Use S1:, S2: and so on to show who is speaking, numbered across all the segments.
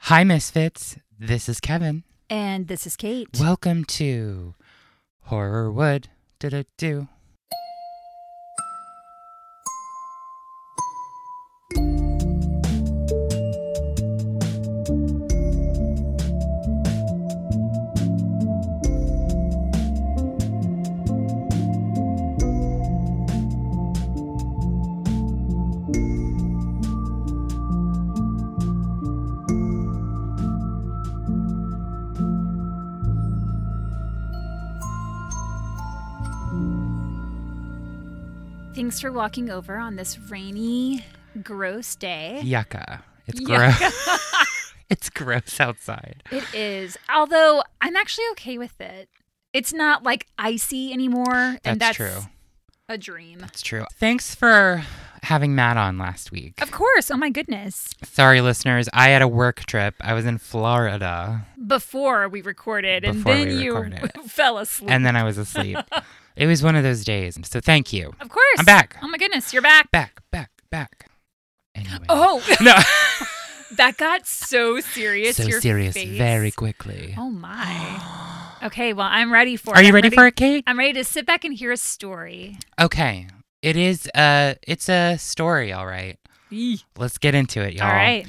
S1: Hi, Misfits. This is Kevin.
S2: And this is Kate.
S1: Welcome to Horrorwood. Did it do?
S2: Thanks for walking over on this rainy, gross day.
S1: Yucca. It's
S2: Yucca.
S1: gross. it's gross outside.
S2: It is. Although I'm actually okay with it. It's not like icy anymore.
S1: That's,
S2: and that's
S1: true.
S2: a dream.
S1: That's true. Thanks for having Matt on last week.
S2: Of course. Oh my goodness.
S1: Sorry, listeners. I had a work trip. I was in Florida
S2: Before we recorded, and
S1: Before
S2: then
S1: we
S2: you
S1: recorded.
S2: fell asleep.
S1: and then I was asleep. it was one of those days. So thank you.
S2: of course.
S1: I'm back.
S2: Oh my goodness. You're back.
S1: Back, back, back. Anyway.
S2: Oh,
S1: No.
S2: that got so serious.
S1: so
S2: Your
S1: serious
S2: face.
S1: very quickly.
S2: Oh my. Okay. Well, I'm ready for it.
S1: Are you
S2: I'm
S1: ready for it, Kate?
S2: I'm ready to sit back and hear a story.
S1: Okay. It is uh it's a story, all right. Let's get into it, y'all.
S2: All right.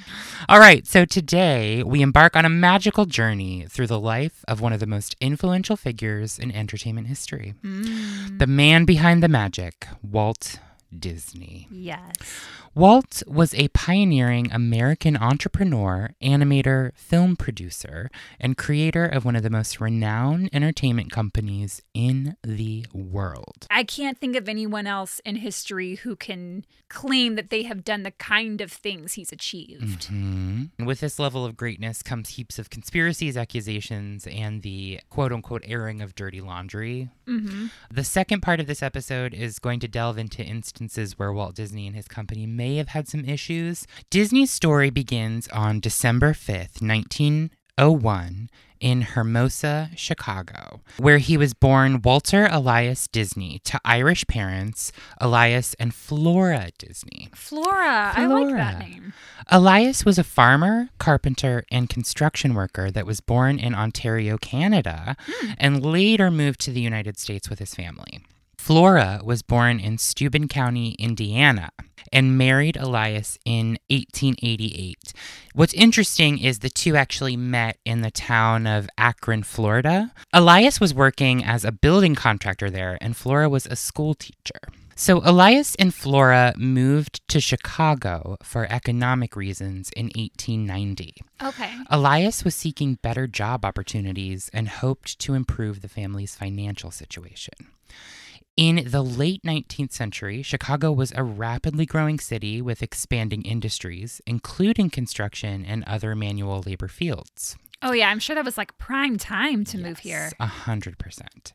S1: All right, so today we embark on a magical journey through the life of one of the most influential figures in entertainment history.
S2: Mm.
S1: The man behind the magic, Walt Disney.
S2: Yes.
S1: Walt was a pioneering American entrepreneur, animator, film producer, and creator of one of the most renowned entertainment companies in the world.
S2: I can't think of anyone else in history who can claim that they have done the kind of things he's achieved.
S1: Mhm. And with this level of greatness comes heaps of conspiracies, accusations, and the quote unquote airing of dirty laundry.
S2: hmm
S1: The second part of this episode is going to delve into instances where Walt Disney and his company may have had some issues. Disney's story begins on December 5th, 1901, in Hermosa, Chicago, where he was born Walter Elias Disney to Irish parents, Elias and Flora Disney.
S2: Flora, I like that
S1: Flora.
S2: name.
S1: Elias was a farmer, carpenter, and construction worker that was born in Ontario, Canada, and later moved to the United States with his family. Flora was born in Steuben County, Indiana, and married Elias in 1888. What's interesting is the two actually met in the town of Akron, Florida. Elias was working as a building contractor there, and Flora was a school teacher. So Elias and Flora moved to Chicago for economic reasons in 1890.
S2: Okay.
S1: Elias was seeking better job opportunities and hoped to improve the family's financial situation. In the late 19th century, Chicago was a rapidly growing city with expanding industries, including construction and other manual labor fields.
S2: Oh, yeah, I'm sure that was like prime time to move here.
S1: A hundred percent.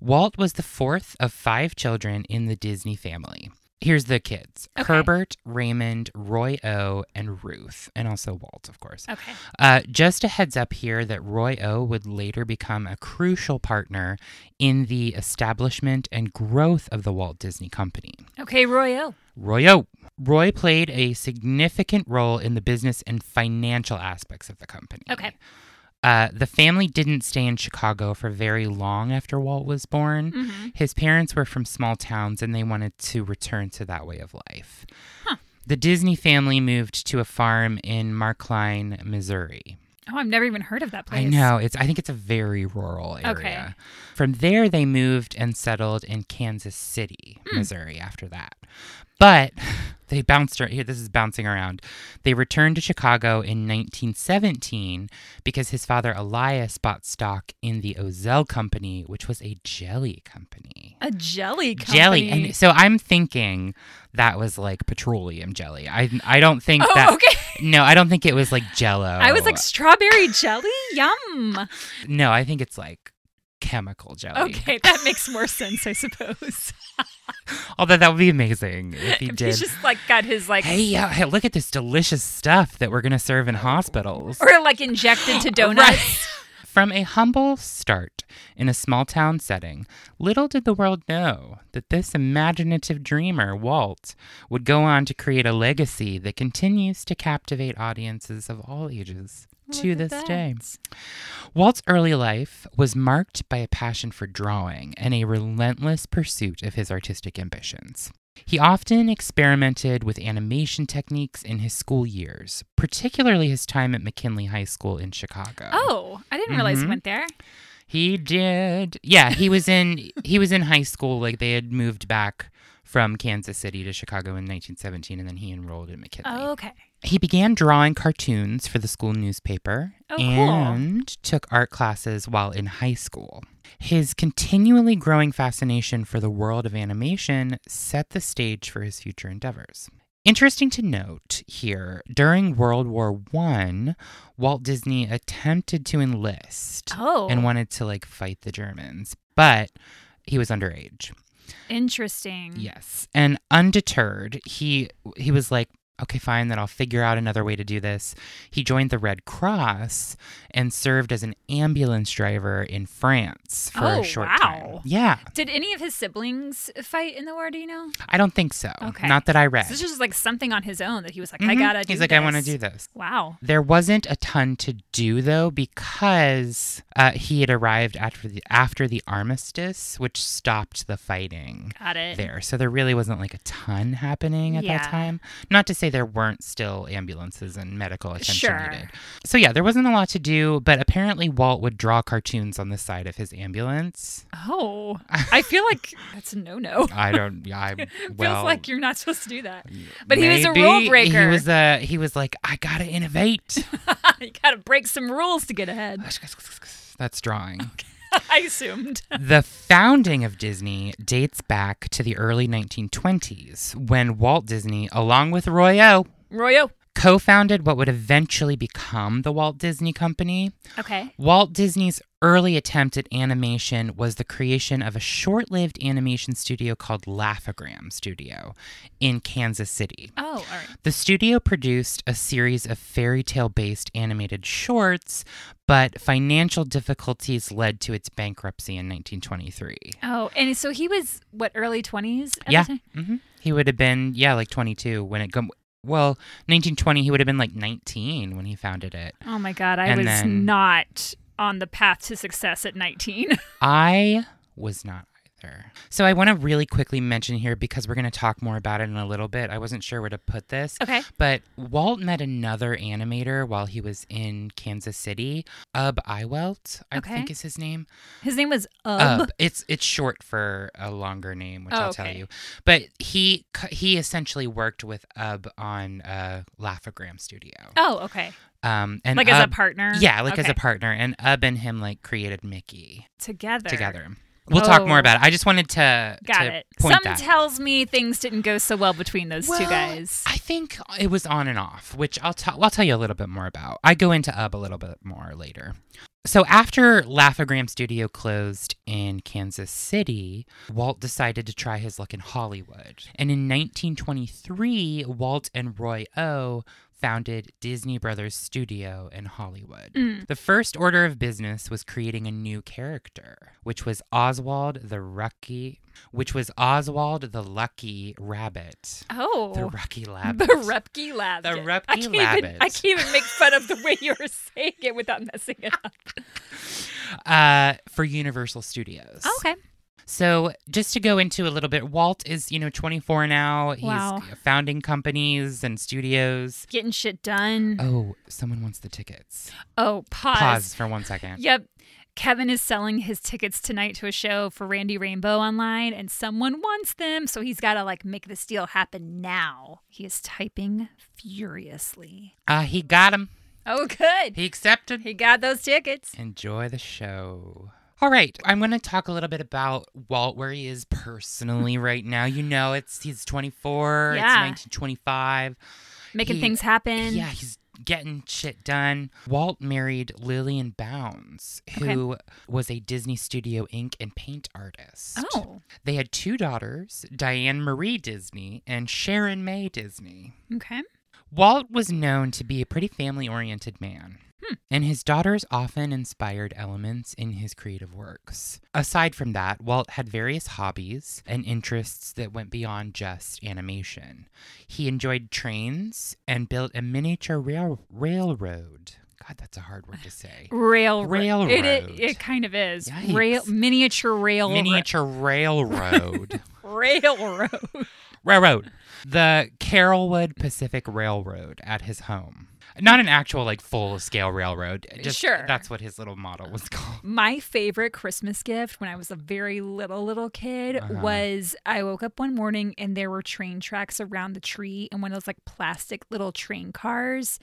S1: Walt was the fourth of five children in the Disney family. Here's the kids:
S2: Okay.
S1: Herbert, Raymond, Roy O, and Ruth, and also Walt, of course.
S2: Okay.
S1: Uh, just a heads up here that Roy O would later become a crucial partner in the establishment and growth of the Walt Disney Company.
S2: Okay, Royal.
S1: Royo. Roy played a significant role in the business and financial aspects of the company.
S2: Okay.
S1: Uh, the family didn't stay in Chicago for very long after Walt was born. His parents were from small towns and they wanted to return to that way of life. The Disney family moved to a farm in Markline, Missouri.
S2: Oh, I've never even heard of that place.
S1: I know. It's I think it's a very rural area.
S2: Okay.
S1: From there they moved and settled in Kansas City,
S2: Hmm.
S1: Missouri after that. But they bounced ar- here this is bouncing around. They returned to Chicago in 1917 because his father Elias bought stock in the Ozell Company, which was a jelly company.
S2: A jelly company.
S1: Jelly, and so I'm thinking that was like petroleum jelly. I I don't think
S2: Oh,
S1: that.
S2: okay.
S1: No, I don't think it was like Jello.
S2: I was like, strawberry jelly? Yum.
S1: No, I think it's like chemical jelly.
S2: Okay, that makes more sense, I suppose.
S1: Although that would be amazing if he
S2: If
S1: did.
S2: He's just like got his like,
S1: hey, yeah, hey, look at this delicious stuff that we're going to serve in hospitals.
S2: or like injected to donuts.
S1: From a humble start in a small town setting, little did the world know that this imaginative dreamer, Walt, would go on to create a legacy that continues to captivate audiences of all ages. to
S2: Look at
S1: this
S2: that.
S1: day. Walt's early life was marked by a passion for drawing and a relentless pursuit of his artistic ambitions. He often experimented with animation techniques in his school years, particularly his time at McKinley High School in Chicago.
S2: Oh, I didn't realize
S1: Mhm.
S2: you went there.
S1: He did. Yeah, he was in he was in high school like they had moved back from Kansas City to Chicago in 1917 and then he enrolled in McKinley.
S2: Oh, okay.
S1: He began drawing cartoons for the school newspaper
S2: Oh, cool.
S1: and took art classes while in high school. His continually growing fascination for the world of animation set the stage for his future endeavors. Interesting to note here, during World War I, Walt Disney attempted to enlist
S2: Oh,
S1: and wanted to like fight the Germans, but he was underage.
S2: interesting.
S1: Yes. And undeterred, he he was like, okay, fine, then I'll figure out another way to do this. He joined the Red Cross and served as an ambulance driver in France for
S2: Oh,
S1: a short time.
S2: wow.
S1: Yeah.
S2: Did any of his siblings fight in the war? Do you know?
S1: I don't think so.
S2: Okay.
S1: Not that I read.
S2: So this is just like something on his own that he was like, I
S1: Mhm.
S2: gotta. do
S1: He's like, I want to do this.
S2: Wow.
S1: There wasn't a ton to do though because uh, he had arrived after the after the armistice, which stopped the fighting.
S2: Got it.
S1: there. So there really wasn't like a ton happening at
S2: Yeah.
S1: that time. Not to say there weren't still ambulances and medical attention
S2: Sure.
S1: needed. So yeah, there wasn't a lot to do, but apparently Walt would draw cartoons on the side of his ambulance.
S2: Oh, I feel like that's a no no.
S1: I don't yeah, I well
S2: Feels like you're not supposed to do that. But he was a rule
S1: maybe He
S2: breaker.
S1: was uh he was like, I gotta innovate.
S2: you gotta break some rules to get ahead.
S1: That's drawing.
S2: I assumed.
S1: the founding of Disney dates back to the early 1920s when Walt Disney, along with Roy O,
S2: Royo.
S1: co founded what would eventually become the Walt Disney Company.
S2: Okay.
S1: Walt Disney's early attempt at animation was the creation of a short lived animation studio called Laughagram Studio in Kansas City.
S2: Oh, all right.
S1: The studio produced a series of fairy tale based animated shorts, but financial difficulties led to its bankruptcy in 1923.
S2: Oh, and so he was what early twenties?
S1: Yeah. hmm He would have been, yeah, like 22 when it come. Well, 1920, he would have been like 19 when he founded it.
S2: Oh my god, I
S1: And
S2: was
S1: then-
S2: not on the path to success at nineteen.
S1: I was not either. So I want to really quickly mention here because we're going to talk more about it in a little bit. I wasn't sure where to put this.
S2: okay.
S1: But Walt met another animator while he was in Kansas City, Ub Iwelt, I
S2: Okay.
S1: think is his name.
S2: His name was uh, Ub.
S1: Ub. It's it's short for a longer name, which
S2: Oh,
S1: I'll tell
S2: okay.
S1: you. But he c- he essentially worked with Ub on uh, Laughagram Studio.
S2: Oh, okay.
S1: Um, and
S2: Like as a
S1: Ub-
S2: partner.
S1: Yeah, like as a
S2: Okay.
S1: partner, and Ub and him like created Mickey
S2: together.
S1: together. We'll talk more
S2: Oh.
S1: about it. I just wanted to,
S2: Got
S1: to
S2: it.
S1: point
S2: Some
S1: that.
S2: tells me things didn't go so well between those two
S1: Well,
S2: guys.
S1: I think it was on and off, which I'll tell I'll tell you a little bit more about. I go into UB a little bit more later. So after Laughagram Studio closed in Kansas City, Walt decided to try his luck in Hollywood. And in 1923, Walt and Roy O founded Disney Brothers Studio in Hollywood.
S2: Mm.
S1: The first order of business was creating a new character, which was Oswald the Rucky, which was Oswald the Lucky Rabbit.
S2: Oh.
S1: The Rocky Lab.
S2: The Repke Lab.
S1: The
S2: I
S1: Repke
S2: can't, even, I
S1: Labbit.
S2: can't even make fun of the way you were saying it without messing it up.
S1: uh, for Universal Studios.
S2: Oh, Okay.
S1: So just to go into a little bit, Walt is you know 24 now. He's
S2: Wow.
S1: founding companies and studios.
S2: Getting shit done.
S1: Oh, someone wants the tickets.
S2: oh, pause.
S1: Pause for one second.
S2: Yep. Kevin is selling his tickets tonight to a show for Randy Rainbow online, and someone wants them, so he's got to like make this deal happen now. He is typing furiously.
S1: Uh, he got him.
S2: Oh, good.
S1: He accepted.
S2: He got those tickets.
S1: Enjoy the show. All right, I'm going to talk a little bit about Walt where he is personally right now. You know, it's he's 24,
S2: Yeah.
S1: it's 1925.
S2: Making
S1: He-
S2: things happen.
S1: Yeah, he's getting shit done. Walt married Lillian Bounds, who was a Disney Studio ink and paint artist.
S2: Oh,
S1: They had two daughters, Diane Marie Disney and Sharon May Disney.
S2: okay.
S1: Walt was known to be a pretty family oriented man. Hmm. And his daughters often inspired elements in his creative works. Aside from that, Walt had various hobbies and interests that went beyond just animation. He enjoyed trains and built a miniature rail- railroad God, that's a hard word to say.
S2: Railroad.
S1: Railroad.
S2: It, it, it kind of is.
S1: Yikes.
S2: Rail miniature rail
S1: Miniature railroad.
S2: railroad.
S1: railroad. The Carrollwood Pacific Railroad at his home. Not an actual like full scale railroad. Just,
S2: Sure.
S1: That's what his little model was called.
S2: My favorite Christmas gift when I was a very little little kid
S1: Uh-huh.
S2: was I woke up one morning and there were train tracks around the tree and one of those like plastic little train cars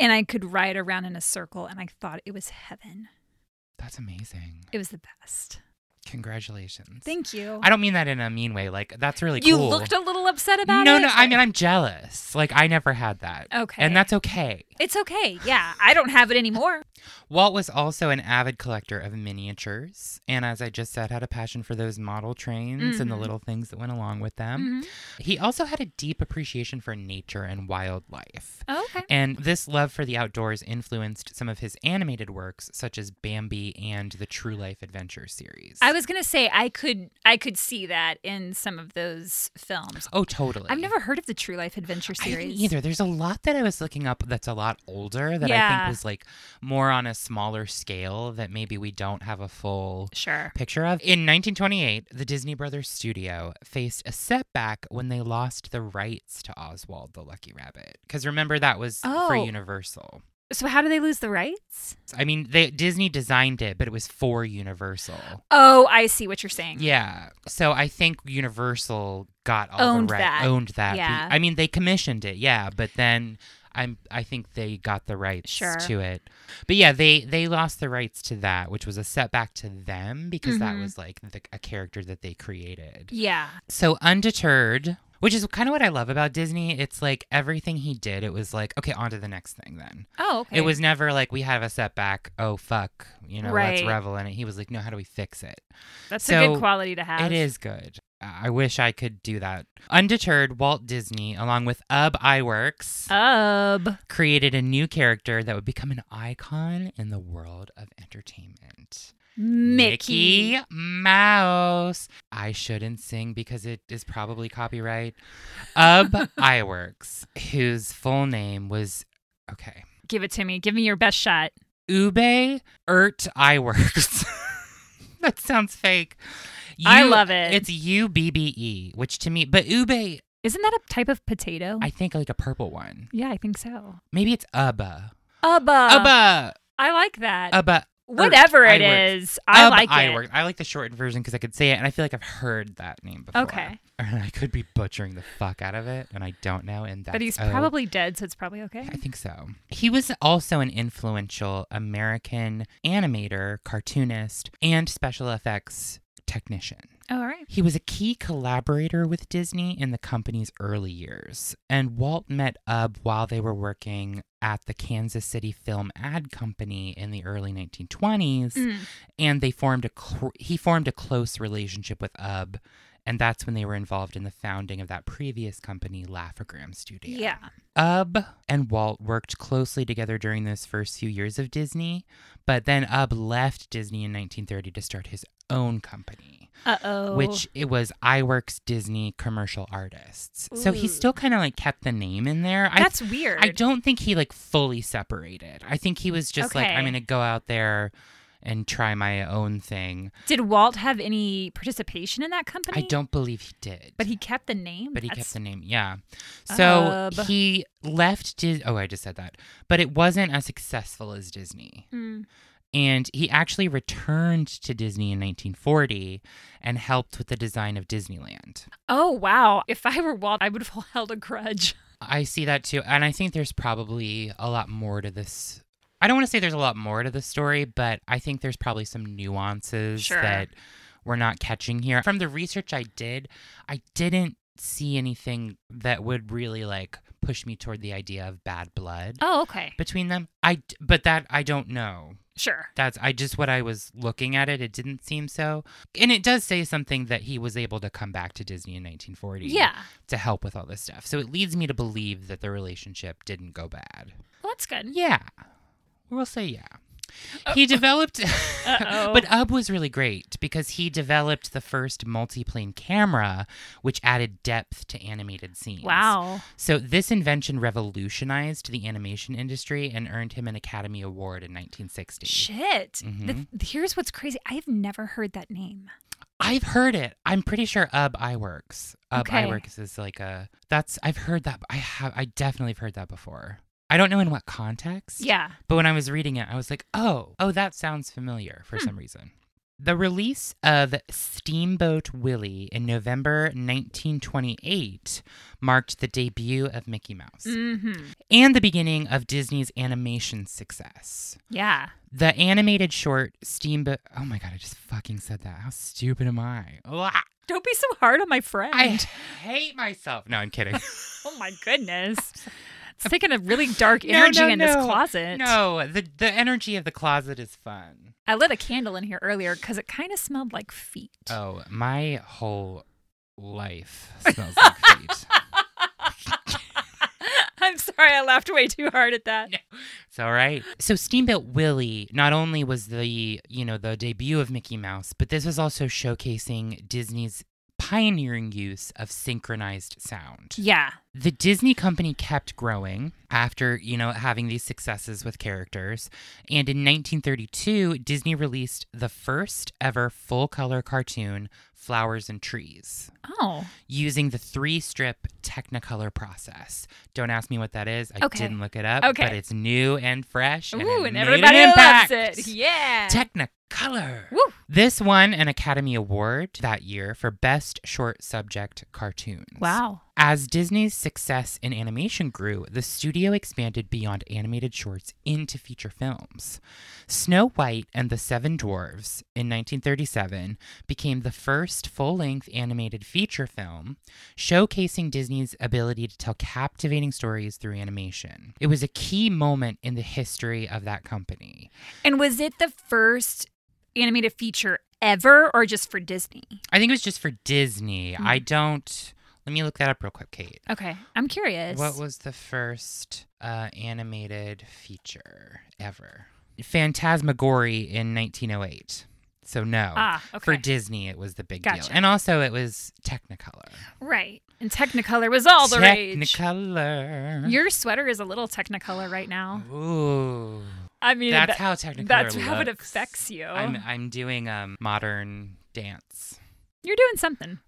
S2: and I could ride around in a circle and I thought it was heaven.
S1: That's amazing.
S2: It was the best.
S1: Congratulations.
S2: Thank you.
S1: I don't mean that in a mean way. Like that's really
S2: you
S1: cool.
S2: looked a little upset about
S1: no,
S2: it.
S1: no. I mean, I'm jealous. Like I never had that.
S2: Okay.
S1: And that's okay.
S2: It's okay. Yeah, I don't have it anymore.
S1: Walt was also an avid collector of miniatures, and as I just said, had a passion for those model trains and the
S2: Mhm.
S1: little things that went along with them.
S2: Mhm.
S1: He also had a deep appreciation for nature and wildlife.
S2: Oh, Okay.
S1: And this love for the outdoors influenced some of his animated works, such as Bambi and the True Life Adventure series.
S2: I was gonna say I could I could see that in some of those films.
S1: oh, totally.
S2: I've never heard of the True Life Adventure
S1: I
S2: series.
S1: didn't either. There's a lot that I was looking up that's a lot older that I
S2: Yeah.
S1: think was like more on a smaller scale that maybe we don't have a full
S2: Sure.
S1: picture of. In 1928, the Disney Brothers studio faced a setback when they lost the rights to Oswald the Lucky Rabbit. Because remember, that was for
S2: Oh.
S1: Universal.
S2: So how do they lose the rights?
S1: I mean, they, Disney designed it, but it was for Universal.
S2: Oh, I see what you're saying.
S1: Yeah. So I think Universal got all
S2: Owned
S1: the right
S2: that.
S1: owned that. be-
S2: Yeah.
S1: I mean they commissioned it, yeah, but then I'm I think they got the rights
S2: Sure.
S1: to it. But yeah, they they lost the rights to that, which was a setback to them because that
S2: Mhm.
S1: was like the, a character that they created.
S2: Yeah.
S1: So undeterred, which is kind of what I love about Disney, it's like everything he did, it was like, okay, on to the next thing then.
S2: Oh, okay.
S1: It was never like we have a setback, oh fuck, you know, let's
S2: Right.
S1: revel in it. He was like, no, how do we fix it?
S2: that's a
S1: so
S2: good quality to have.
S1: It is good. I I wish I could do that. Undeterred, Walt Disney, along with Ub Iwerks,
S2: Uh. Ub.
S1: created a new character that would become an icon in the world of entertainment.
S2: Mickey.
S1: Mickey Mouse. I shouldn't sing because it is probably copyright. Ub Iwerks, whose full name was okay.
S2: Give it to me. Give me your best shot.
S1: Ube Ert Iwerks. that sounds fake.
S2: I
S1: U-
S2: love it.
S1: It's U B B E, which to me, but ube,
S2: Isn't that a type of potato?
S1: I think like a purple one.
S2: yeah, I think so.
S1: Maybe it's Uba.
S2: Ubba.
S1: Uba.
S2: I like that.
S1: Uba.
S2: Uh, Whatever
S1: Ert
S2: it
S1: Iwerks.
S2: is, I
S1: Ub
S2: like it.
S1: Iwerks. I like the shortened version because I could say it, and I feel like I've heard that name before.
S2: Okay.
S1: And I could be butchering the fuck out of it, and I don't know. And that's
S2: But he's
S1: O-
S2: probably dead, so it's probably okay.
S1: Oh. I think so. He was also an influential American animator, cartoonist, and special effects technician.
S2: Oh, all right.
S1: He was a key collaborator with Disney in the company's early years, and Walt met Ub while they were working at the Kansas City Film Ad Company in the early 1920s,
S2: Mm.
S1: and they formed a cl- he formed a close relationship with Ub, and that's when they were involved in the founding of that previous company, Laugh-O-Gram Studio.
S2: Yeah.
S1: Ub and Walt worked closely together during those first few years of Disney, but then Ub left Disney in 1930 to start his own company
S2: Uh oh.
S1: which it was iWorks Disney commercial artists. So he
S2: Ooh.
S1: still kind of like kept the name in there. I
S2: that's weird.
S1: I don't think he like fully separated. I think he was just like I'm
S2: Okay.
S1: going to go out there and try my own thing.
S2: Did Walt have any participation in that company?
S1: I don't believe he did.
S2: But he kept the name.
S1: but he
S2: That's-
S1: kept the name. Yeah. So
S2: Ub.
S1: he left Dis- Oh, I just said that. But it wasn't as successful as Disney.
S2: Mm.
S1: And he actually returned to Disney in 1940 and helped with the design of Disneyland.
S2: Oh wow! If I were Walt, I would have held a grudge.
S1: I see that too. And I think there's probably a lot more to this. I don't want to say there's a lot more to the story, but I think there's probably some nuances
S2: Sure.
S1: that we're not catching here. From the research I did, I didn't see anything that would really like push me toward the idea of bad blood
S2: Oh okay,
S1: between them. I d- but that I don't know.
S2: sure.
S1: That's I just what I was looking at it. It didn't seem so. And it does say something that he was able to come back to Disney in 1940
S2: Yeah,
S1: to help with all this stuff. So it leads me to believe that the relationship didn't go bad.
S2: well, that's good.
S1: Yeah. We'll say yeah. He developed,
S2: Uh, Uh-oh.
S1: but Ub was really great because he developed the first multi-plane camera, which added depth to animated scenes.
S2: Wow.
S1: So this invention revolutionized the animation industry and earned him an Academy Award in 1960.
S2: Shit.
S1: Mm-hmm.
S2: The- here's what's crazy. I have never heard that name.
S1: I've heard it. I'm pretty sure Ub Iwerks. Ub
S2: Okay.
S1: Iwerks is like a that's I've heard that I have I definitely have heard that before. I don't know in what context.
S2: Yeah.
S1: But when I was reading it, I was like, oh, oh, that sounds familiar for
S2: Hmm.
S1: some reason. The release of Steamboat Willie in November 1928 marked the debut of Mickey Mouse
S2: Mm-hmm.
S1: and the beginning of Disney's animation success.
S2: Yeah.
S1: The animated short Steamboat. Oh my God, I just fucking said that. How stupid am I? Blah.
S2: Don't be so hard on my friend.
S1: I hate myself. No, I'm kidding.
S2: oh my goodness. It's taking a really dark
S1: No,
S2: energy
S1: no,
S2: in this
S1: no.
S2: closet.
S1: No, the, the energy of the closet is fun.
S2: I lit a candle in here earlier because it kind of smelled like feet.
S1: Oh, my whole life smells like feet.
S2: I'm sorry, I laughed way too hard at that.
S1: It's all right. So Steamboat Willie not only was the, you know, the debut of Mickey Mouse, but this was also showcasing Disney's pioneering use of synchronized sound.
S2: Yeah.
S1: The Disney company kept growing after, you know, having these successes with characters. And in 1932, Disney released the first ever full-color cartoon, Flowers and Trees.
S2: Oh.
S1: using the three strip Technicolor process. Don't ask me what that is. I
S2: Okay.
S1: didn't look it up.
S2: Okay.
S1: But it's new and fresh. And
S2: Ooh,
S1: it
S2: and
S1: made
S2: everybody
S1: an impact.
S2: loves it. Yeah.
S1: Technicolor.
S2: Woo.
S1: This won an Academy Award that year for Best Short Subject Cartoons.
S2: Wow.
S1: As Disney's success in animation grew, the studio expanded beyond animated shorts into feature films. Snow White and the Seven Dwarfs in 1937 became the first full length animated feature film, showcasing Disney's ability to tell captivating stories through animation. It was a key moment in the history of that company.
S2: And was it the first animated feature ever or just for Disney?
S1: I think it was just for Disney. I don't. Let me look that up real quick, Kate.
S2: Okay. I'm curious.
S1: What was the first uh, animated feature ever? Phantasmagory in 1908. So no.
S2: Ah,
S1: For
S2: okay.
S1: Disney, it was the big deal,
S2: Gotcha.
S1: and also it was Technicolor.
S2: right. And Technicolor was all the rage.
S1: Technicolor.
S2: Your sweater is a little Technicolor right now.
S1: Ooh,
S2: I mean,
S1: Mm. that's
S2: that-
S1: how Technicolor.
S2: that's how it
S1: looks.
S2: affects you.
S1: I'm I'm doing um modern dance.
S2: You're doing something.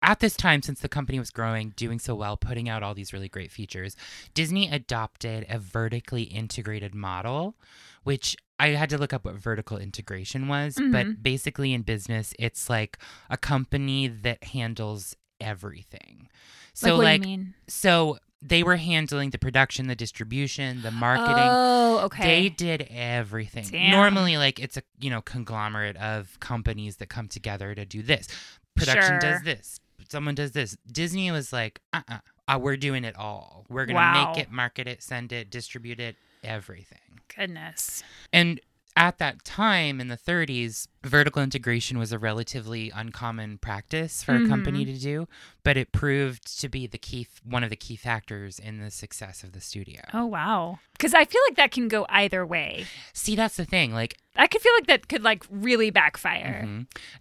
S1: at this time, since the company was growing, doing so well, putting out all these really great features, Disney adopted a vertically integrated model, which I had to look up what vertical integration was.
S2: Mm-hmm.
S1: But basically, in business, it's like a company that handles everything. So,
S2: what do you
S1: like,
S2: mean?
S1: so they were handling the production, the distribution, the marketing.
S2: Oh, okay.
S1: They did everything.
S2: Damn.
S1: Normally, like it's a you know conglomerate of companies that come together to do this. Production
S2: Sure.
S1: does this. Someone does this. Disney was like, uh, uh uh, we're doing it all. We're gonna
S2: Wow.
S1: make it, market it, send it, distribute it, everything.
S2: Goodness.
S1: And at that time in the 30s, vertical integration was a relatively uncommon practice for a company
S2: Mm-hmm.
S1: to do, but it proved to be the key f- one of the key factors in the success of the studio.
S2: Oh, wow. Because I feel like that can go either way.
S1: See, that's the thing. Like
S2: I could feel like that could like really backfire.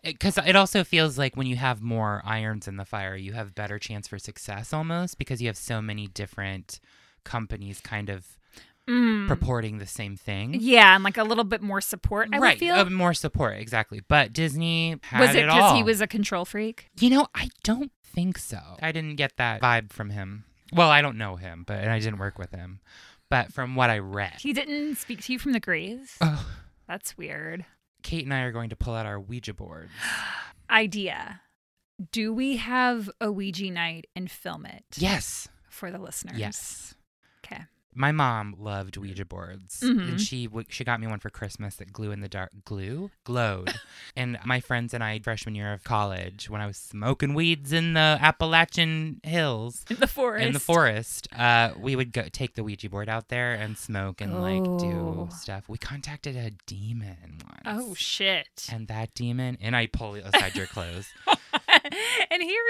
S1: because Mm-hmm. it also feels like when you have more irons in the fire you have better chance for success almost because you have so many different companies kind of purporting the same thing
S2: Mm. Yeah, and like a little bit more support. I would
S1: Mm-hmm. right
S2: feel.
S1: uh, more support exactly but disney had
S2: was it
S1: it all
S2: because he was a control freak?
S1: you know i don't think so i didn't get that vibe from him well i don't know him but and i didn't work with him but from what i read
S2: He didn't speak to you from the grave.
S1: Oh.
S2: That's weird.
S1: kate and i are going to pull out our ouija boards
S2: Idea. Do we have a Ouija night and film it
S1: yes
S2: for the listeners?
S1: yes
S2: Okay.
S1: my mom loved Ouija boards,
S2: Mhm.
S1: and she w- she got me one for Christmas that glue in the dark glue glowed. and my friends and I, freshman year of college, when I was smoking weeds in the Appalachian hills
S2: In the forest.
S1: in the forest, uh, we would go take the Ouija board out there and smoke and like
S2: Oh.
S1: do stuff. We contacted a demon once.
S2: Oh shit.
S1: and that demon, and I pull aside your clothes,
S2: and here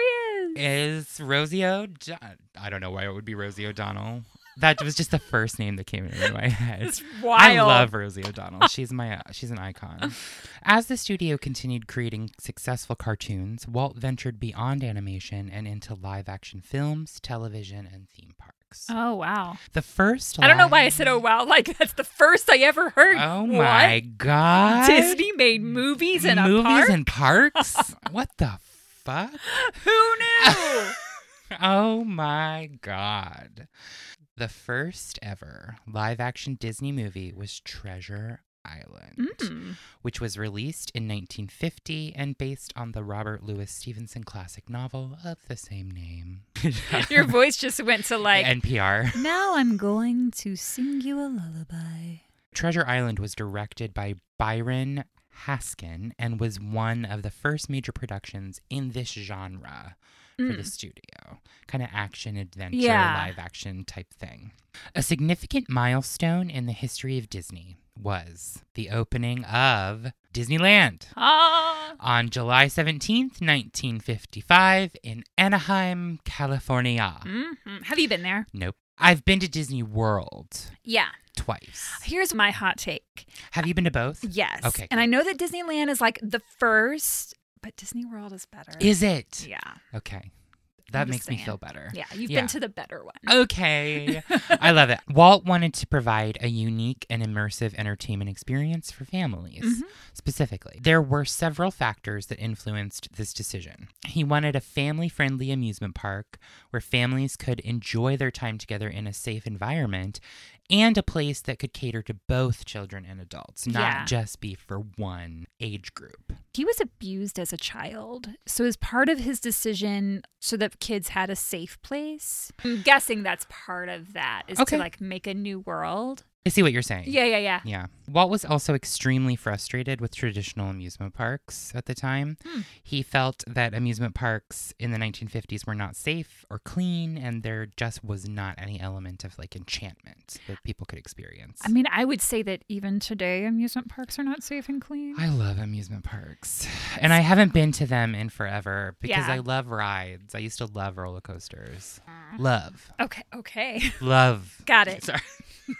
S2: he is.
S1: is Rosie O'Donnell. I don't know why it would be Rosie O'Donnell. That was just the first name that came into my head.
S2: It's wild.
S1: I love Rosie O'Donnell. She's
S2: uh,
S1: my she's an icon. As the studio continued creating successful cartoons, Walt ventured beyond animation and into live action films, television, and theme parks.
S2: Oh wow!
S1: the first
S2: I don't know
S1: live-
S2: why I said oh wow. Like that's the first I ever heard.
S1: Oh
S2: What?
S1: my god.
S2: Disney made movies in a
S1: Movies
S2: park.
S1: and parks? what the fuck?
S2: Who knew?
S1: Oh my god. The first ever live action Disney movie was Treasure Island,
S2: Mm.
S1: which was released in 1950 and based on the Robert Louis Stevenson classic novel of the same name.
S2: Your voice just went to like.
S1: NPR.
S2: now I'm going to sing you a lullaby.
S1: Treasure Island was directed by Byron Haskin and was one of the first major productions in this genre for the studio. Kind of action adventure,
S2: Mm. Yeah.
S1: live action type thing. A significant milestone in the history of Disney was the opening of Disneyland
S2: Ah,
S1: on July 17th, 1955 in Anaheim, California.
S2: Mhm. have you been there?
S1: Nope. I've been to Disney World
S2: Yeah.
S1: twice.
S2: Here's my hot take.
S1: Have you been to both?
S2: Yes.
S1: Okay,
S2: And I know that Disneyland is like the first, but Disney World is better.
S1: Is it?
S2: yeah.
S1: Okay. That
S2: just
S1: makes me
S2: saying.
S1: feel better.
S2: Yeah. You've
S1: Yeah.
S2: been to the better one.
S1: Okay. I love it. Walt wanted to provide a unique and immersive entertainment experience for families. Specifically, there were several factors that influenced this decision. He wanted a family friendly amusement park where families could enjoy their time together in a safe environment and a place that could cater to both children and adults, not
S2: Yeah.
S1: just be for one age group.
S2: He was abused as a child. So, as part of his decision, so that kids had a safe place, I'm guessing that's part of that is
S1: Okay.
S2: to like make a new world.
S1: I see what you're saying.
S2: Yeah. Yeah. Yeah.
S1: Yeah. Walt was also extremely frustrated with traditional amusement parks at the time. He felt that amusement parks in the 1950s were not safe or clean, and there just was not any element of like enchantment that people could experience.
S2: I mean, I would say that even today, amusement parks are not safe and clean.
S1: I love amusement parks, and I haven't been to them in forever because
S2: Yeah.
S1: I love rides. I used to love roller coasters. Love,
S2: Okay. Okay.
S1: love.
S2: Got it.
S1: Sorry.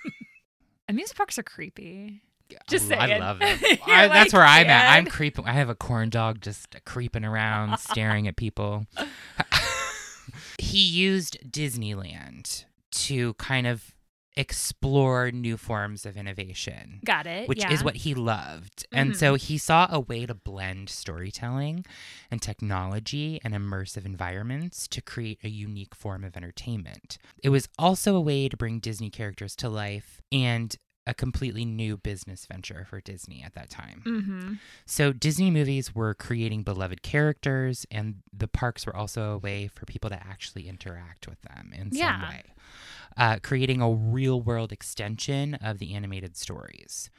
S2: Amusement parks are creepy. Just
S1: I
S2: saying.
S1: love it.
S2: You're
S1: I, that's
S2: like,
S1: where I'm at. I'm
S2: "Dad."
S1: creeping. I have a corn dog just creeping around, staring at people. he used Disneyland to kind of explore new forms of innovation.
S2: Got it.
S1: Which
S2: yeah. Mm-hmm.
S1: is what he loved. And so he saw a way to blend storytelling and technology and immersive environments to create a unique form of entertainment. It was also a way to bring Disney characters to life and a completely new business venture for Disney at that time.
S2: Mm-hmm.
S1: So Disney movies were creating beloved characters, and the parks were also a way for people to actually interact with them in some
S2: Yeah.
S1: way, uh, creating a real world extension of the animated stories.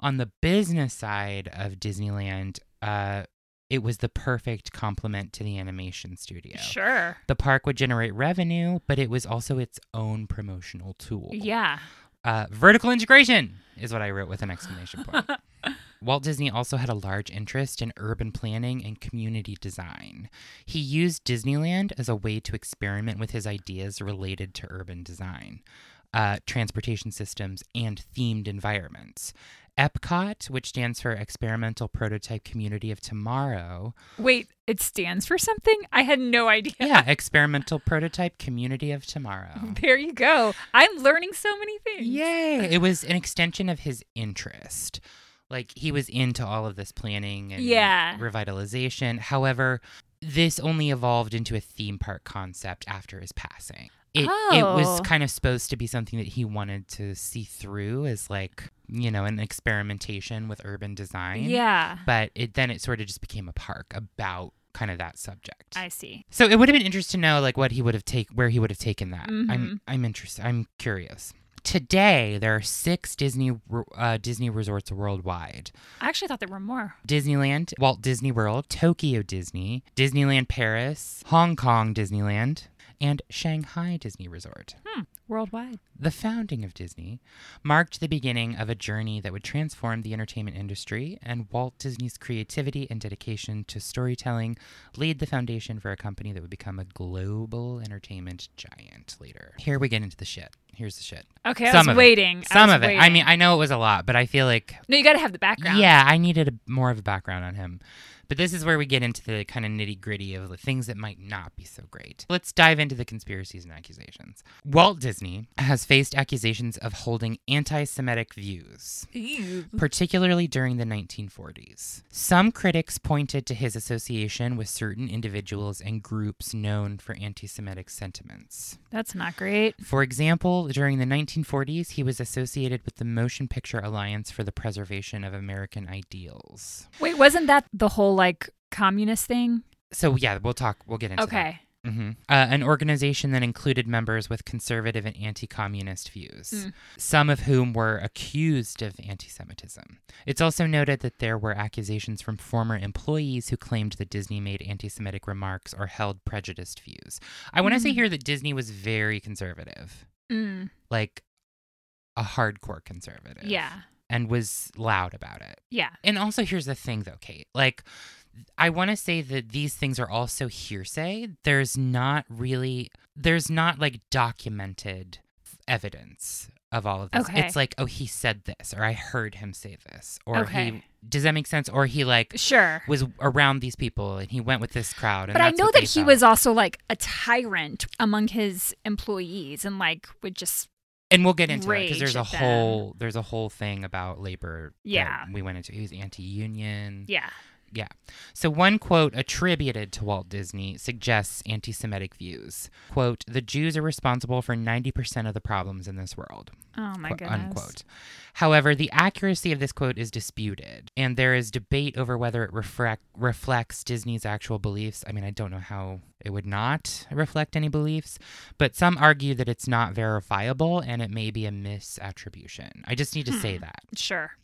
S1: On the business side of Disneyland, uh, it was the perfect complement to the animation studio.
S2: Sure.
S1: The park would generate revenue, but it was also its own promotional tool.
S2: Yeah.
S1: Uh, vertical integration is what I wrote with an exclamation point. Walt Disney also had a large interest in urban planning and community design. He used Disneyland as a way to experiment with his ideas related to urban design, uh, transportation systems, and themed environments. EPCOT, which stands for Experimental Prototype Community of Tomorrow,
S2: Wait, it stands for something? I had no idea.
S1: yeah, Experimental Prototype Community of Tomorrow.
S2: There you go. I'm learning so many things.
S1: Yay! It was an extension of his interest. Like he was into all of this planning and
S2: Yeah.
S1: revitalization. However, this only evolved into a theme park concept after his passing. It, it was
S2: Oh.
S1: kind of supposed to be something that he wanted to see through as like, you know, an experimentation with urban design.
S2: Yeah.
S1: But it then it sort of just became a park about kind of that subject.
S2: I see.
S1: So it would have been interesting to know like what he would have take where he would have taken that. I'm I'm interested. I'm curious. Today there are six Disney re- uh, Disney resorts worldwide:
S2: I actually thought there were more.
S1: Disneyland, Walt Disney World, Tokyo Disney, Disneyland Paris, Hong Kong Disneyland, and Shanghai Disney Resort.
S2: worldwide.
S1: The founding of Disney marked the beginning of a journey that would transform the entertainment industry, and Walt Disney's creativity and dedication to storytelling laid the foundation for a company that would become a global entertainment giant later. Here we get into the shit. Here's the shit.
S2: Okay,
S1: Some
S2: I
S1: of
S2: was
S1: it.
S2: waiting. Mm, I
S1: Some
S2: was
S1: of it. I
S2: waiting.
S1: mean, I know it was a lot, but I feel like
S2: no, you got to have the background.
S1: yeah, I needed a, more of a background on him. But this is where we get into the kind of nitty gritty of the things that might not be so great. Let's dive into the conspiracies and accusations. Walt Disney has faced accusations of holding anti Semitic views,
S2: Ew.
S1: particularly during the 1940s. Some critics pointed to his association with certain individuals and groups known for anti Semitic sentiments.
S2: that's not great.
S1: For example, during the 1940s, he was associated with the Motion Picture Alliance for the Preservation of American Ideals.
S2: Wait, wasn't that the whole like communist thing?
S1: So, yeah, we'll talk, we'll get into
S2: Okay.
S1: that. hmm Uh, an organization that included members with conservative and anti communist views,
S2: Mm.
S1: some of whom were accused of anti Semitism. It's also noted that there were accusations from former employees who claimed that Disney made anti Semitic remarks or held prejudiced views. I want to say
S2: Mm.
S1: here that Disney was very conservative.
S2: Mm,
S1: like a hardcore conservative.
S2: yeah.
S1: And was loud about it.
S2: Yeah.
S1: And also, here's the thing though, Kate. Like, I want to say that these things are also hearsay. There's not really, there's not like documented evidence of all of this.
S2: Okay.
S1: It's like, oh, he said this, or I heard him say this, or he,
S2: Okay.
S1: does that make sense? Or he like
S2: Sure.
S1: was around these people and he went with this crowd. And
S2: But I
S1: that's
S2: know
S1: what
S2: that
S1: they
S2: he
S1: thought.
S2: was also like a tyrant among his employees and like would just
S1: and we'll get into it because
S2: rage
S1: there's a
S2: at them.
S1: whole there's a whole thing about labor that
S2: Yeah.
S1: we went into he was anti-union
S2: yeah.
S1: so one quote attributed to walt disney suggests anti-semitic views quote the jews are responsible for 90% of the problems in this world
S2: Oh my
S1: qu-
S2: goodness.
S1: unquote however the accuracy of this quote is disputed and there is debate over whether it reflect, reflects disney's actual beliefs i mean i don't know how it would not reflect any beliefs but some argue that it's not verifiable and it may be a misattribution i just need to say
S2: Hmm.
S1: that
S2: Sure.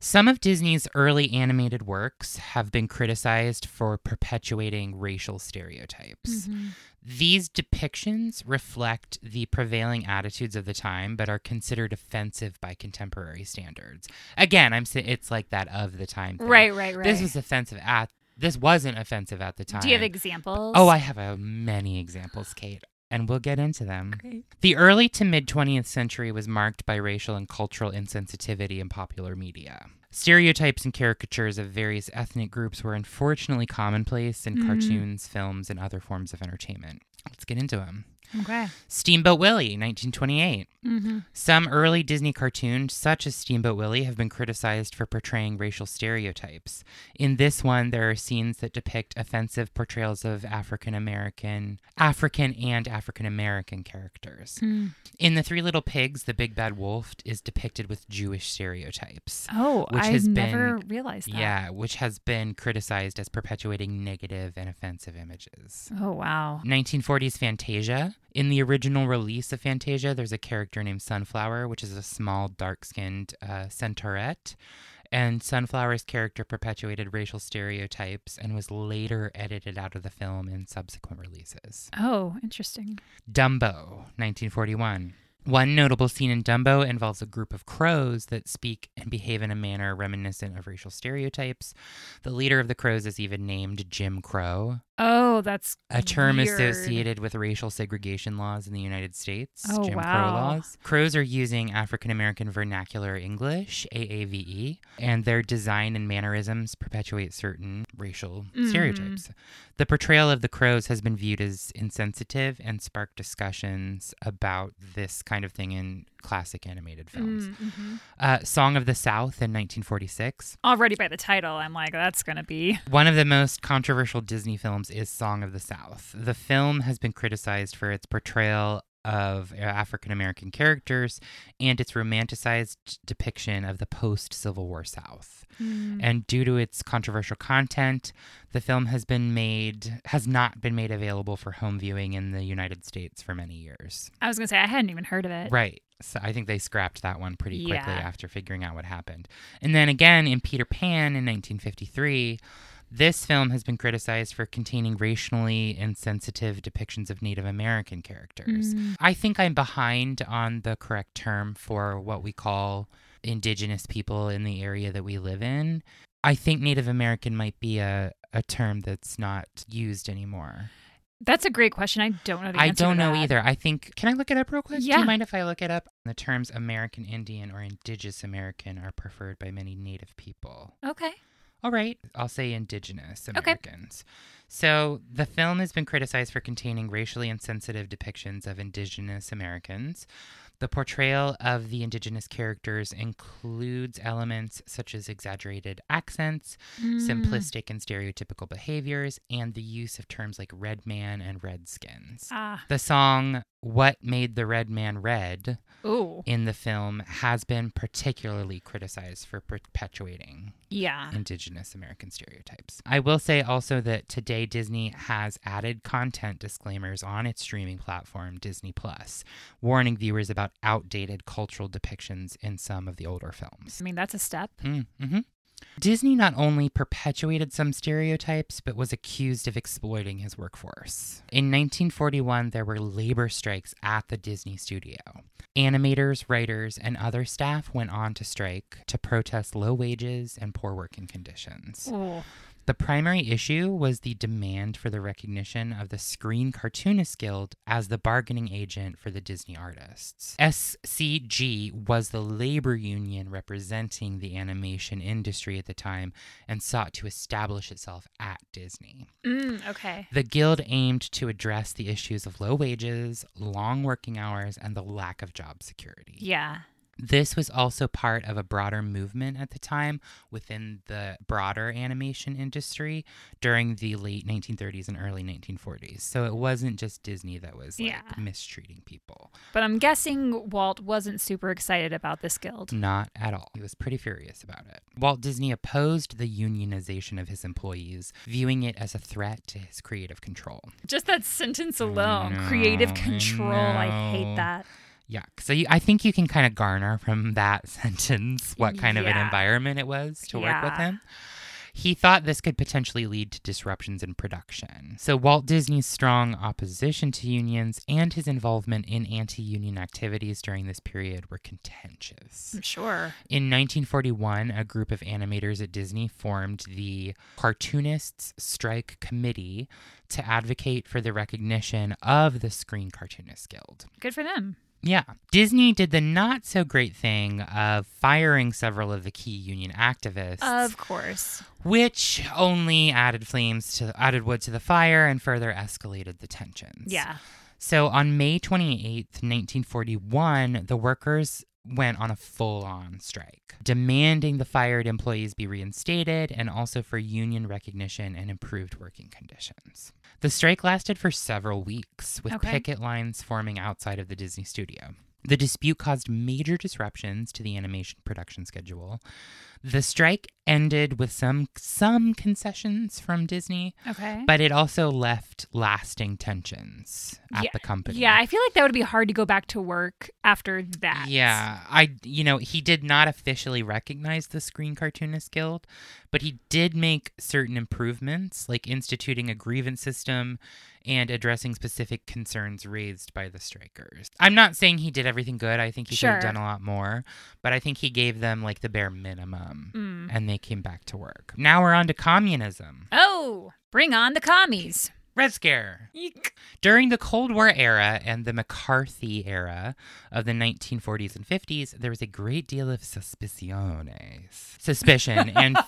S1: some of Disney's early animated works have been criticized for perpetuating racial stereotypes.
S2: Mm-hmm.
S1: These depictions reflect the prevailing attitudes of the time but are considered offensive by contemporary standards. Again, I'm saying it's like that of the time. thing.
S2: Right, right, right.
S1: This was offensive at this wasn't offensive at the time.
S2: Do you have examples?
S1: Oh, I have uh, many examples, Kate, and we'll get into them.
S2: Great.
S1: The early to mid 20th century was marked by racial and cultural insensitivity in popular media. Stereotypes and caricatures of various ethnic groups were unfortunately commonplace in
S2: Mhm.
S1: cartoons, films, and other forms of entertainment. Let's get into them.
S2: Okay.
S1: Steamboat Willie, 1928.
S2: Mm-hmm.
S1: Some early Disney cartoons, such as Steamboat Willie, have been criticized for portraying racial stereotypes. In this one, there are scenes that depict offensive portrayals of African American, African and African American characters.
S2: Mm.
S1: In The Three Little Pigs, the Big Bad Wolf is depicted with Jewish stereotypes.
S2: Oh,
S1: Which
S2: I
S1: has been-
S2: never realized that.
S1: Yeah, which has been criticized as perpetuating negative and offensive images.
S2: Oh wow.
S1: 1940s Fantasia. In the original release of Fantasia, there's a character named Sunflower, which is a small, dark skinned uh, centaurette. And Sunflower's character perpetuated racial stereotypes and was later edited out of the film in subsequent releases.
S2: Oh, interesting.
S1: Dumbo, 1941. One notable scene in Dumbo involves a group of crows that speak and behave in a manner reminiscent of racial stereotypes. The leader of the crows is even named Jim Crow,
S2: Oh, that's
S1: a term
S2: weird.
S1: associated with racial segregation laws in the United States,
S2: Oh,
S1: Jim Crow
S2: wow.
S1: laws. Crows are using African American Vernacular English, AAVE, E, and their design and mannerisms perpetuate certain racial
S2: Mm.
S1: stereotypes. The portrayal of the crows has been viewed as insensitive and sparked discussions about this kind of thing in classic animated films.
S2: Mm, mhm.
S1: Uh, Song of the South in 1946
S2: Already by the title, I'm like, that's gonna be
S1: one of the most controversial Disney films is Song of the South. The film has been criticized for its portrayal of African American characters and its romanticized depiction of the post Civil War South. And due to its controversial content, the film has been made has not been made available for home viewing in the United States for many years.
S2: I was gonna say I hadn't even heard of it.
S1: Right. So I think they scrapped that one pretty quickly
S2: Yeah.
S1: after figuring out what happened. And then again in Peter Pan in 1953, This film has been criticized for containing racially insensitive depictions of Native American characters.
S2: Mm-hmm.
S1: I think I'm behind on the correct term for what we call indigenous people in the area that we live in. I think Native American might be a, a term that's not used anymore.
S2: That's a great question. I don't know Oh, the
S1: I
S2: answer to
S1: don't know
S2: that.
S1: either. I think can I look it up real quick? Do
S2: Yeah.
S1: you mind if I look it up? The terms American Indian or Indigenous American are preferred by many Native people.
S2: Okay.
S1: All right, I'll say indigenous
S2: Okay.
S1: Americans. So the film has been criticized for containing racially insensitive depictions of indigenous Americans. The portrayal of the indigenous characters includes elements such as exaggerated accents,
S2: Mm.
S1: simplistic and stereotypical behaviors, and the use of terms like red man and redskins.
S2: Ah.
S1: The song What Made the Red Man Red
S2: Ooh.
S1: in the film has been particularly criticized for perpetuating
S2: Yeah.
S1: indigenous American stereotypes. I will say also that today Disney has added content disclaimers on its streaming platform Disney Plus, warning viewers about outdated cultural depictions in some of the older films.
S2: I mean, that's a step.
S1: Mm-hmm. Disney not only perpetuated some stereotypes, but was accused of exploiting his workforce. In 1941, there were labor strikes at the Disney studio. Animators, writers, and other staff went on to strike to protest low wages and poor working conditions.
S2: Ooh.
S1: The primary issue was the demand for the recognition of the Screen Cartoonists Guild as the bargaining agent for the Disney artists. SCG was the labor union representing the animation industry at the time and sought to establish itself at Disney.
S2: Mm, okay.
S1: The guild aimed to address the issues of low wages, long working hours, and the lack of job security.
S2: Yeah.
S1: This was also part of a broader movement at the time within the broader animation industry during the late 1930s and early 1940s. So it wasn't just Disney that was like
S2: Yeah.
S1: mistreating people.
S2: But I'm guessing Walt wasn't super excited about this guild.
S1: Not at all. He was pretty furious about it. Walt Disney opposed the unionization of his employees, viewing it as a threat to his creative control.
S2: Just that sentence alone,
S1: know, I
S2: creative control. I,
S1: know.
S2: hate that.
S1: Yuck. So you, I think you can kind of garner from that sentence what kind of an
S2: Yeah.
S1: environment it was to work with
S2: Yeah.
S1: him. He thought this could potentially lead to disruptions in production. So Walt Disney's strong opposition to unions and his involvement in anti-union activities during this period were contentious.
S2: I'm sure.
S1: In 1941, a group of animators at Disney formed the Cartoonists Strike Committee to advocate for the recognition of the Screen Cartoonists Guild.
S2: Good for them.
S1: Yeah. Disney did the not so great thing of firing several of the key union activists,
S2: Of course.
S1: which only added flames to added wood to the fire and further escalated the tensions.
S2: Yeah.
S1: So on May 28th, 1941, the workers went on a full-on strike, demanding the fired employees be reinstated and also for union recognition and improved working conditions. The strike lasted for several weeks with
S2: Okay.
S1: picket lines forming outside of the Disney studio. The dispute caused major disruptions to the animation production schedule. The strike ended with some some concessions from Disney,
S2: Okay.
S1: but it also left lasting tensions at the company.
S2: Yeah, I feel like that would be hard to go back to work after that.
S1: Yeah, I you know, he did not officially recognize the Screen Cartoonist Guild, but he did make certain improvements like instituting a grievance system and addressing specific concerns raised by the strikers. I'm not saying he did everything good. I think he could have
S2: Sure.
S1: done a lot more, but I think he gave them like the bare minimum
S2: Mm.
S1: and they came back to work. Now we're on to communism.
S2: Oh, bring on the commies.
S1: Red Scare.
S2: Eek.
S1: During the Cold War era and the McCarthy era of the 1940s and 50s, there was a great deal of suspiciones. Suspicion and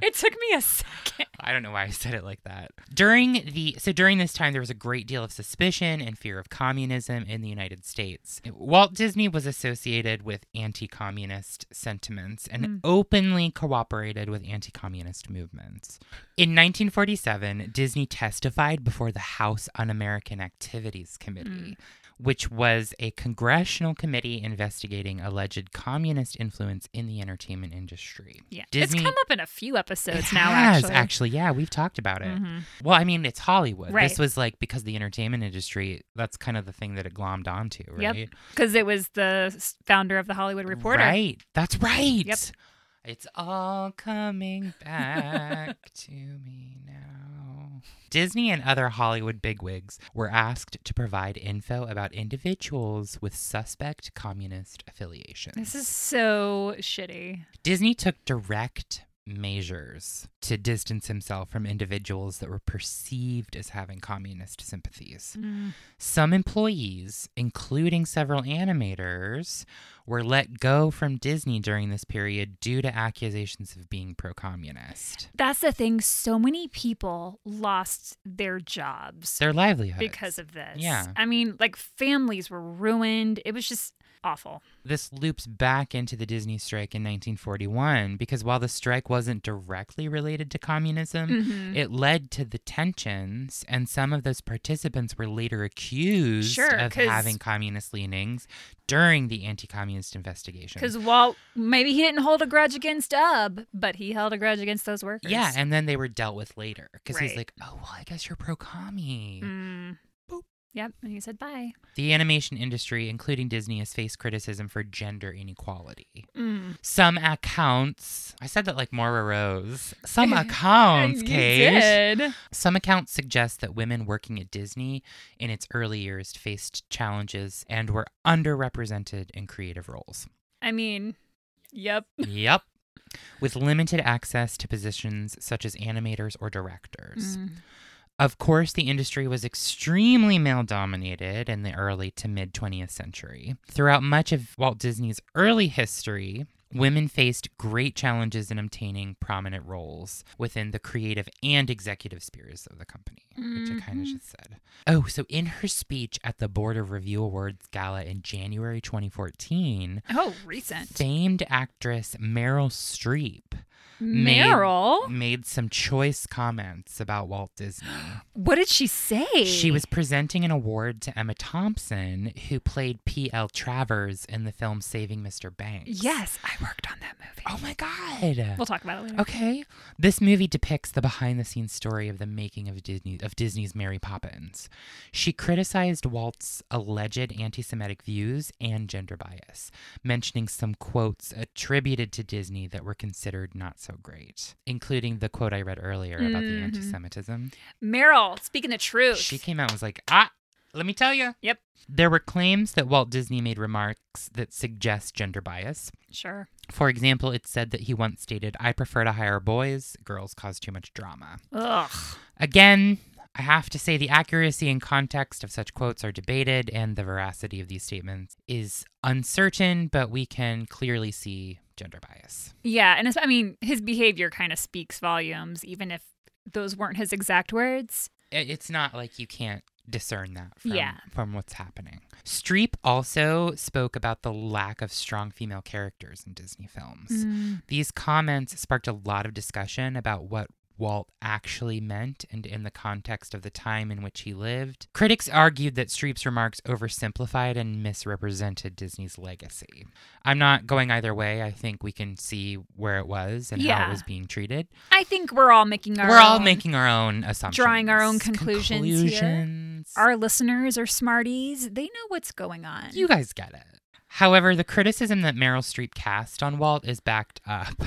S2: It took me a second.
S1: I don't know why I said it like that. During the so during this time there was a great deal of suspicion and fear of communism in the United States. Walt Disney was associated with anti-communist sentiments and
S2: Hmm.
S1: openly cooperated with anti-communist movements. In 1947, Disney testified before the House Un-American Activities Committee.
S2: Hmm.
S1: Which was a congressional committee investigating alleged communist influence in the entertainment industry.
S2: Yeah.
S1: Disney-
S2: It's come up in a few
S1: it
S2: episodes now,
S1: has,
S2: actually. Mm-hmm.
S1: yeah, we've talked about it. Well, I mean, it's Hollywood. This
S2: Right.
S1: was like because the entertainment industry, that's kind of the thing that it glommed onto, right?
S2: Yep. Because it was the s- founder of the Hollywood Reporter.
S1: Right. That's right.
S2: Yep.
S1: It's all coming back to me now. Disney and other Hollywood bigwigs were asked to provide info about individuals with suspect communist affiliations.
S2: This is so shitty.
S1: Disney took direct measures to distance himself from individuals that were perceived as having communist sympathies.
S2: Mm.
S1: Some employees, including several animators, were let go from Disney during this period due to accusations of being pro communist.
S2: That's the thing. So many people lost their jobs
S1: Their livelihood.
S2: because of this.
S1: Yeah.
S2: I mean, like families were ruined. It was just awful.
S1: this loops back into the Disney strike in 1941 because while the strike wasn't directly related to communism,
S2: Mm-hmm.
S1: it led to the tensions, and some of those participants were later accused
S2: Sure,
S1: of
S2: 'cause-
S1: having communist leanings during the anti-communist investigation.
S2: Because Walt, maybe he didn't hold a grudge against Ub, but he held a grudge against those workers.
S1: yeah, and then they were dealt with later because he's
S2: Right.
S1: like, "Oh well, I guess you're pro-commie."
S2: Mm.
S1: Boop.
S2: Yep. And he said bye.
S1: The animation industry, including Disney, has faced criticism for gender inequality.
S2: Mm.
S1: Some accounts, I said that like Maura Rose. Some
S2: You
S1: accounts, Kate.
S2: did.
S1: Some accounts suggest that women working at Disney in its early years faced challenges and were underrepresented in creative roles.
S2: I mean, yep.
S1: yep. With limited access to positions such as animators or directors.
S2: Mm.
S1: Of course, the industry was extremely male dominated in the early to mid 20th century. Throughout much of Walt Disney's early history, women faced great challenges in obtaining prominent roles within the creative and executive spheres of the company, which I kind of just said. Oh, so in her speech at the Board of Review Awards Gala in January 2014,
S2: Oh, recent.
S1: famed actress Meryl Streep made-
S2: Meryl.
S1: made some choice comments about Walt Disney.
S2: What did she say?
S1: She was presenting an award to Emma Thompson, who played P.L. Travers in the film Saving Mr. Banks.
S2: Yes, I worked on that movie.
S1: Oh my God.
S2: We'll talk about it later.
S1: Okay. This movie depicts the behind-the-scenes story of the making of Disney of Disney's Mary Poppins. She criticized Walt's alleged anti-Semitic views and gender bias, mentioning some quotes attributed to Disney that were considered not so great, including the quote I read earlier about the
S2: Mhm.
S1: anti-Semitism.
S2: Meryl, speaking the truth.
S1: She came out and was like, ah, let me tell you.
S2: Yep.
S1: There were claims that Walt Disney made remarks that suggest gender bias.
S2: sure.
S1: For example, it's said that he once stated, I prefer to hire boys, girls cause too much drama.
S2: Ugh.
S1: Again, I have to say the accuracy and context of such quotes are debated, and the veracity of these statements is uncertain, but we can clearly see gender bias.
S2: Yeah, and it's, I mean, his behavior kind of speaks volumes, even if those weren't his exact words.
S1: I- it's not like you can't discern that from,
S2: Yeah.
S1: from what's happening. Streep also spoke about the lack of strong female characters in Disney films.
S2: Mm.
S1: These comments sparked a lot of discussion about what Walt actually meant and in the context of the time in which he lived. Critics argued that Streep's remarks oversimplified and misrepresented Disney's legacy. I'm not going either way. I think we can see where it was and how
S2: Yeah.
S1: it was being treated.
S2: I think we're all making our
S1: We're all
S2: own-
S1: making our own assumptions,
S2: Drawing our own conclusions here.
S1: Conclusions.
S2: our listeners are smarties. They know what's going on.
S1: You guys get it. However, the criticism that Meryl Streep cast on Walt is backed up.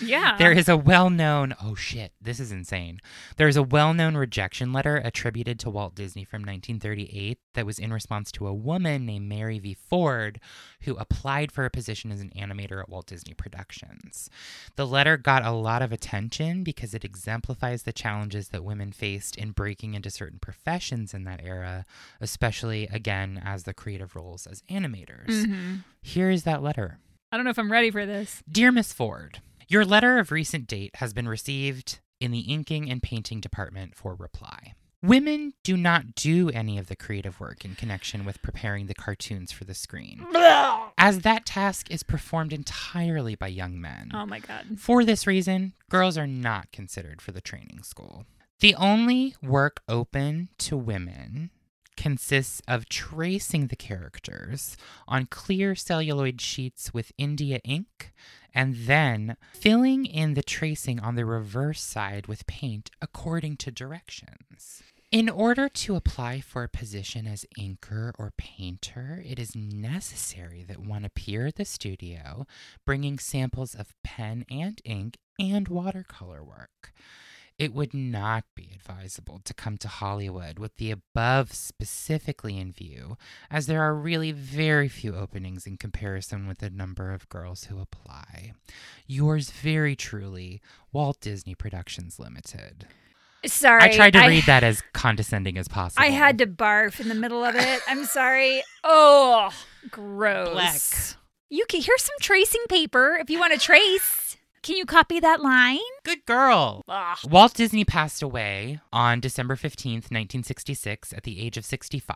S2: yeah.
S1: There is a well known, oh shit, this is insane. There is a well known rejection letter attributed to Walt Disney from 1938 that was in response to a woman named Mary V. Ford who applied for a position as an animator at Walt Disney Productions. The letter got a lot of attention because it exemplifies the challenges that women faced in breaking into certain professions in that era, especially again as the creative roles as animators.
S2: Mhm.
S1: Here is that letter.
S2: I don't know if I'm ready for this.
S1: Dear Miss Ford, your letter of recent date has been received in the inking and painting department for reply. Women do not do any of the creative work in connection with preparing the cartoons for the screen,
S2: oh
S1: as that task is performed entirely by young men.
S2: Oh my god.
S1: For this reason, girls are not considered for the training school. The only work open to women consists of tracing the characters on clear celluloid sheets with India ink and then filling in the tracing on the reverse side with paint according to directions. In order to apply for a position as inker or painter, it is necessary that one appear at the studio bringing samples of pen and ink and watercolor work. It would not be advisable to come to Hollywood with the above specifically in view, as there are really very few openings in comparison with the number of girls who apply. Yours very truly, Walt Disney Productions Limited.
S2: Sorry.
S1: I tried to read that as condescending as possible.
S2: I had to barf in the middle of it. I'm sorry. Oh, gross. You can here's some tracing paper if you want to trace. Can you copy that line?
S1: Good girl.
S2: Ugh.
S1: Walt Disney passed away on December 15th, 1966, at the age of 65.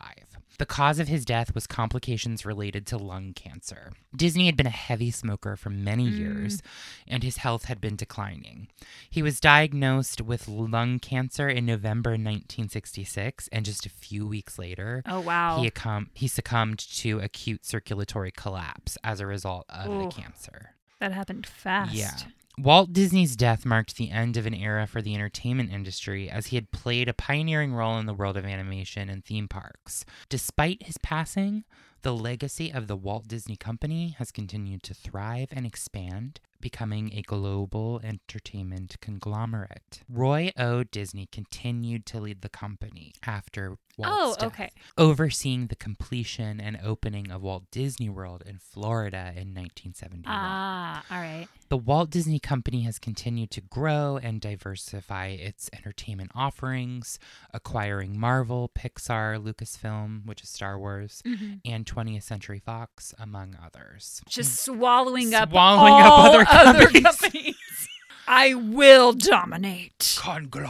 S1: The cause of his death was complications related to lung cancer. Disney had been a heavy smoker for many
S2: Mm.
S1: years, and his health had been declining. He was diagnosed with lung cancer in November 1966, and just a few weeks later,
S2: Oh wow.
S1: he, accom- he succumbed to acute circulatory collapse as a result of
S2: Ooh.
S1: the cancer.
S2: that happened fast.
S1: Yeah. Walt Disney's death marked the end of an era for the entertainment industry as he had played a pioneering role in the world of animation and theme parks. Despite his passing, the legacy of the Walt Disney Company has continued to thrive and expand, becoming a global entertainment conglomerate. Roy O. Disney continued to lead the company after Walt's
S2: Oh,
S1: death,
S2: okay.
S1: overseeing the completion and opening of Walt Disney World in Florida in 1971.
S2: Ah, all right.
S1: The Walt Disney Company has continued to grow and diversify its entertainment offerings, acquiring Marvel, Pixar, Lucasfilm, which is Star Wars,
S2: Mm-hmm.
S1: and 20th Century Fox, among others.
S2: Just swallowing up
S1: Swallowing up
S2: all
S1: other companies.
S2: companies. I will dominate.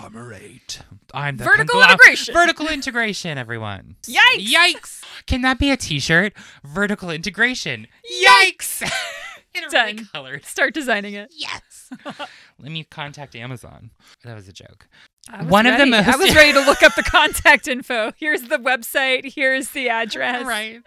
S1: Conglomerate. I'm the
S2: Vertical
S1: conglo-
S2: integration.
S1: Vertical integration, everyone.
S2: Yikes.
S1: Yikes! Can that be a T-shirt? Vertical integration. Yikes! In really
S2: Done.
S1: colors.
S2: Start designing it.
S1: Yes. Let me contact Amazon. That was a joke.
S2: I was
S1: One of the
S2: ready. I
S1: most-
S2: was ready to look up the contact info. Here's the website. Here's the address.
S1: Right.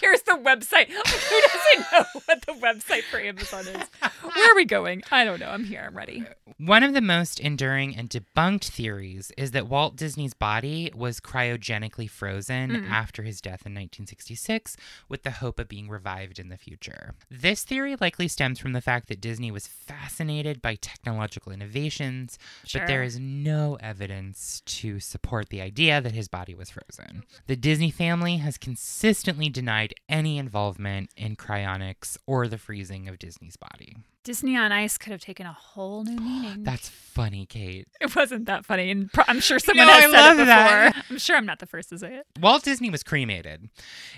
S2: Here's the website. Like, who doesn't know what the website for Amazon is? Where are we going? I don't know. I'm here. I'm ready.
S1: One of the most enduring and debunked theories is that Walt Disney's body was cryogenically frozen after his death in 1966 with the hope of being revived in the future. This theory likely stems from the fact that Disney was fascinated by technological innovations,
S2: Sure.
S1: but there is no evidence to support the idea that his body was frozen. The Disney family has consistently denied any involvement in cryonics or the freezing of Disney's body.
S2: Disney on Ice could have taken a whole new meaning.
S1: That's funny, Kate.
S2: it wasn't that funny, and pro- I'm sure someone
S1: No,
S2: has
S1: I
S2: said
S1: love
S2: it before.
S1: that.
S2: I'm sure I'm not the first to say it.
S1: Walt Disney was cremated,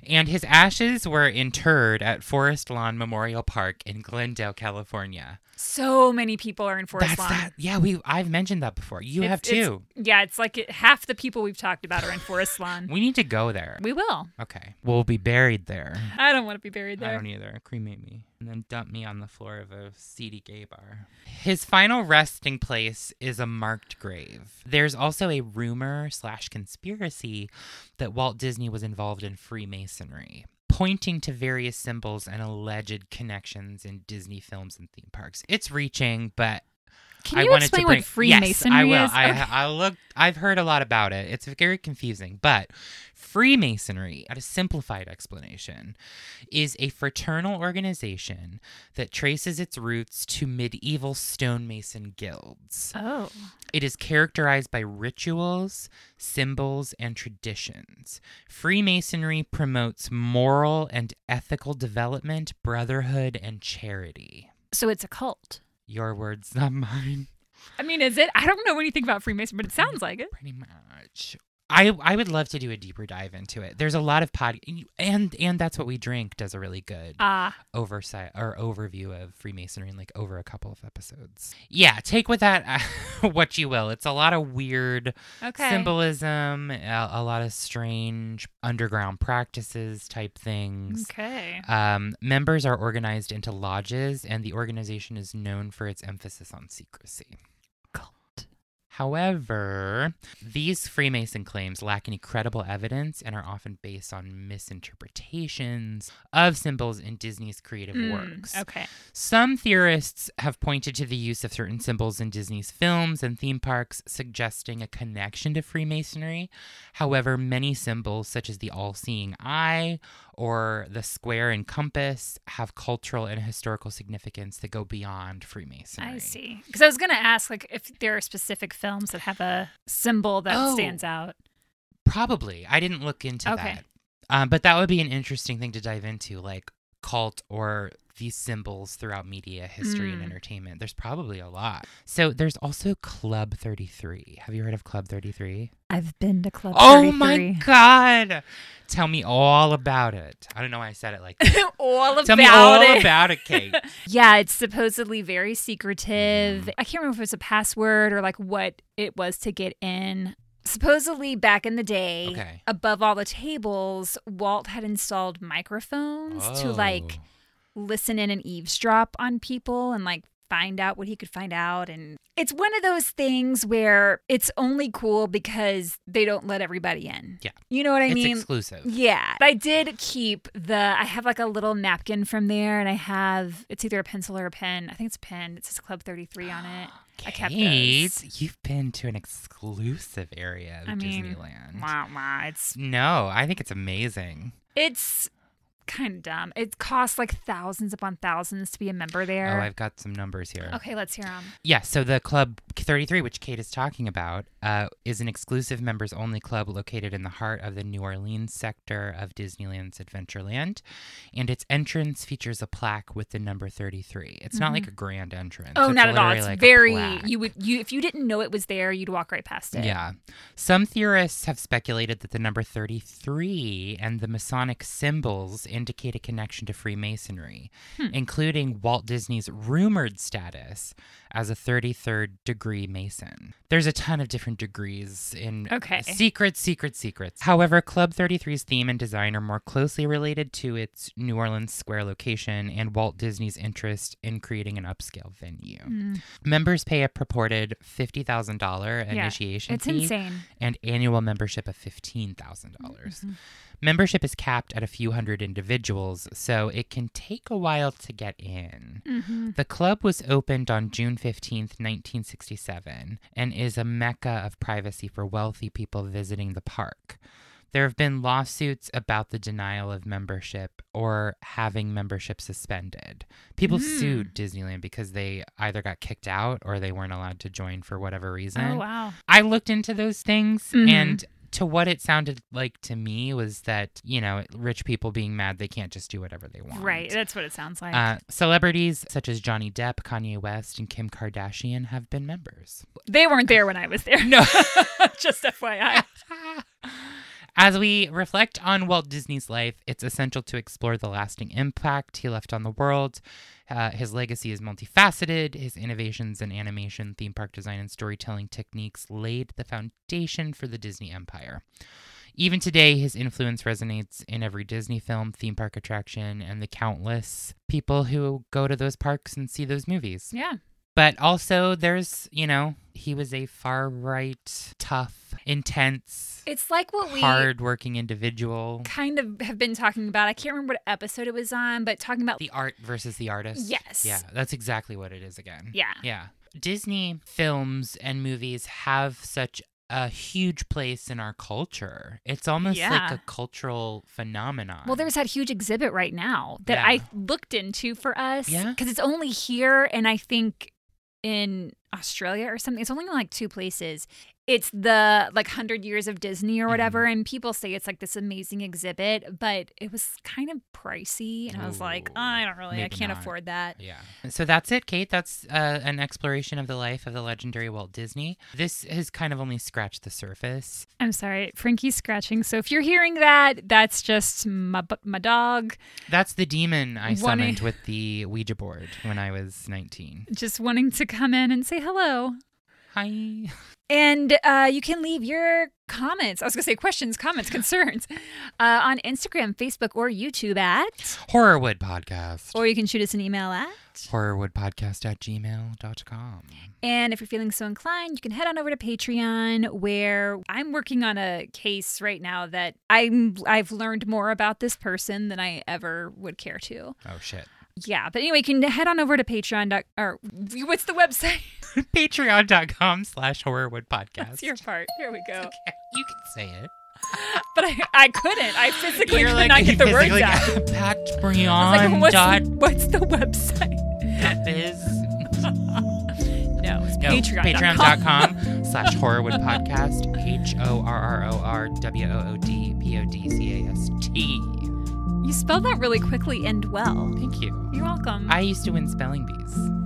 S1: and his ashes were interred at Forest Lawn Memorial Park in Glendale, California.
S2: So many people are in Forest
S1: That's
S2: Lawn.
S1: that. Yeah, we I've mentioned that before. You
S2: It's-
S1: have
S2: it's-
S1: too.
S2: yeah, it's like it, half the people we've talked about are in Forest Lawn.
S1: We need to go there.
S2: we will.
S1: Okay, we'll be buried there.
S2: I don't want to be buried
S1: I
S2: there.
S1: don't e- either. Cremate me and then dump me on the floor of a seedy gay bar. His final resting place is a marked grave. There's also a rumor slash conspiracy that Walt Disney was involved in Freemasonry, pointing to various symbols and alleged connections in Disney films and theme parks. It's reaching, but
S2: Can
S1: I
S2: you
S1: wanted
S2: explain
S1: to bring,
S2: what Freemasonry
S1: yes, I will.
S2: is?
S1: I,
S2: Okay.
S1: I look. I've heard a lot about it. It's very confusing, but Freemasonry, at a simplified explanation, is a fraternal organization that traces its roots to medieval stonemason guilds.
S2: Oh,
S1: It is characterized by rituals, symbols, and traditions. Freemasonry promotes moral and ethical development, brotherhood, and charity.
S2: so it's a cult.
S1: Your words, not mine.
S2: I mean, is it? I don't know anything about Freemason, but it sounds like it.
S1: pretty much I, I would love to do a deeper dive into it. There's a lot of pod and and that's what we drink does a really good
S2: Ah,
S1: oversight or overview of Freemasonry in like over a couple of episodes. Yeah, take with that uh, what you will. It's a lot of weird
S2: okay.
S1: symbolism, a, a lot of strange underground practices type things.
S2: Okay.
S1: Um, members are organized into lodges, and the organization is known for its emphasis on secrecy.
S2: Cult.
S1: However, these Freemason claims lack any credible evidence and are often based on misinterpretations of symbols in Disney's creative
S2: Mm,
S1: works.
S2: Okay.
S1: Some theorists have pointed to the use of certain symbols in Disney's films and theme parks, suggesting a connection to Freemasonry. However, many symbols, such as the all seeing eye or the square and compass, have cultural and historical significance that go beyond Freemasonry.
S2: I see. Because I was going to ask, like, if there are specific films that have a symbol that
S1: Oh.
S2: stands out.
S1: Probably. I didn't look into
S2: Okay.
S1: that. Um, but that would be an interesting thing to dive into, like cult or these symbols throughout media, history, and
S2: Mm.
S1: entertainment. There's probably a lot. So there's also Club 33. Have you heard of Club 33?
S2: I've been to Club
S1: Oh my God. Tell me all about it. I don't know why I said it like that.
S2: all
S1: Tell
S2: about
S1: me all
S2: it.
S1: about it, Kate.
S2: Yeah, it's supposedly very secretive.
S1: Mm-hmm.
S2: I can't remember if it's a password or like what it was to get in. Supposedly, back in the day,
S1: Okay.
S2: above all the tables, Walt had installed microphones
S1: Oh.
S2: to like listen in and eavesdrop on people and like find out what he could find out. And it's one of those things where it's only cool because they don't let everybody in.
S1: Yeah.
S2: You know what I
S1: Oh, it's
S2: mean?
S1: exclusive.
S2: Yeah. But I did keep the I have like a little napkin from there and I have it's either a pencil or a pen. I think it's a pen. It says Club 33 on it. I kept those.
S1: Kate, you've been to an exclusive area of
S2: I mean,
S1: Disneyland.
S2: Wow, wow. It's
S1: No, I think it's amazing.
S2: it's kind of dumb. It costs like thousands upon thousands to be a member
S1: Oh,
S2: there.
S1: I've got some numbers here.
S2: okay, let's hear them.
S1: Yeah, so the Club 33, which Kate is talking about, uh, is an exclusive members only club located in the heart of the New Orleans sector of Disneyland's Adventureland. And its entrance features a plaque with the number 33. It's not like a grand entrance.
S2: Mm-hmm. Oh, not at all.
S1: literally
S2: It's
S1: like a
S2: very
S1: plaque.
S2: you would you if you didn't know it was there, you'd walk right past it.
S1: Yeah. Some theorists have speculated that the number 33 and the Masonic symbols indicate a connection to Freemasonry, including Walt Disney's rumored status as a 33rd degree Mason. There's a ton of different degrees in
S2: Okay.
S1: secrets, secrets, secrets. However, Club 33's theme and design are more closely related to its New Orleans Square location and Walt Disney's interest in creating an upscale venue. Members pay a purported fifty thousand dollar initiation
S2: It's
S1: fee
S2: insane.
S1: and annual membership of fifteen dollars.
S2: Mm-hmm.
S1: Membership is capped at a few hundred individuals, so it can take a while to get in.
S2: Mm-hmm.
S1: The club was opened on June fifteenth, nineteen sixty-seven, and is a mecca of privacy for wealthy people visiting the park. There have been lawsuits about the denial of membership or having membership suspended. People
S2: Hmm.
S1: sued Disneyland because they either got kicked out or they weren't allowed to join for whatever reason.
S2: Oh wow.
S1: I looked into those things
S2: Mhm.
S1: and to what it sounded like to me was that, you know, rich people being mad they can't just do whatever they want.
S2: Right. That's what it sounds like.
S1: Uh, celebrities such as Johnny Depp, Kanye West, and Kim Kardashian have been members.
S2: they weren't there when I was there. No. Just FYI.
S1: As we reflect on Walt Disney's life, it's essential to explore the lasting impact he left on the world. Uh, his legacy is multifaceted. His innovations in animation, theme park design, and storytelling techniques laid the foundation for the Disney empire. Even today, his influence resonates in every Disney film, theme park attraction, and the countless people who go to those parks and see those movies.
S2: Yeah.
S1: But also, there's, you know, he was a far right, tough, intense,
S2: It's like what we
S1: hardworking individual.
S2: kind of have been talking about. I can't remember what episode it was on, but talking about
S1: The art versus the artist.
S2: Yes.
S1: Yeah, that's exactly what it is again.
S2: yeah.
S1: Yeah. Disney films and movies have such a huge place in our culture. It's almost like
S2: Yeah.
S1: a cultural phenomenon.
S2: Well, there's that huge exhibit right now that
S1: Yeah.
S2: I looked into for us
S1: Yeah.
S2: because it's only here and I think in Australia or something. It's only in like two places. It's the like 100 years of Disney or whatever
S1: Mm-hmm.
S2: and people say it's like this amazing exhibit, but it was kind of pricey and I was like,
S1: Ooh,
S2: I don't really I
S1: maybe
S2: can't
S1: not.
S2: afford that.
S1: Yeah. So that's it, Kate. That's uh, an exploration of the life of the legendary Walt Disney. This has kind of only scratched the surface.
S2: I'm sorry. Frankie's scratching. So if you're hearing that, that's just my bu- my dog.
S1: That's the demon I
S2: One-
S1: summoned with the Ouija board when I was 19.
S2: just wanting to come in and say hello.
S1: Hi.
S2: And uh, you can leave your comments. I was going to say questions, comments, concerns uh, on Instagram, Facebook, or YouTube at,
S1: Horrorwood Podcast.
S2: or you can shoot us an email at.
S1: Horrorwoodpodcast at gmail.com.
S2: And if you're feeling so inclined, you can head on over to Patreon, where I'm working on a case right now that I'm I've learned more about this person than I ever would care to.
S1: Oh, shit.
S2: Yeah, but anyway, you can head on over to Patreon. dot- Or what's the website?
S1: Patreon.com slash Horrorwood Podcast.
S2: That's your part. Here we go.
S1: You can say it.
S2: But I, I couldn't. I physically could not get the words out. I was like, what's, the,
S1: Patreon.biz.
S2: what's the website? No, it's
S1: No,
S2: Patreon.com.
S1: patreon.com slash Horrorwood Podcast. H O R R O R W O O D P O D C A S T.
S2: You spelled that really quickly and well.
S1: Thank you.
S2: You're welcome.
S1: I used to win spelling bees.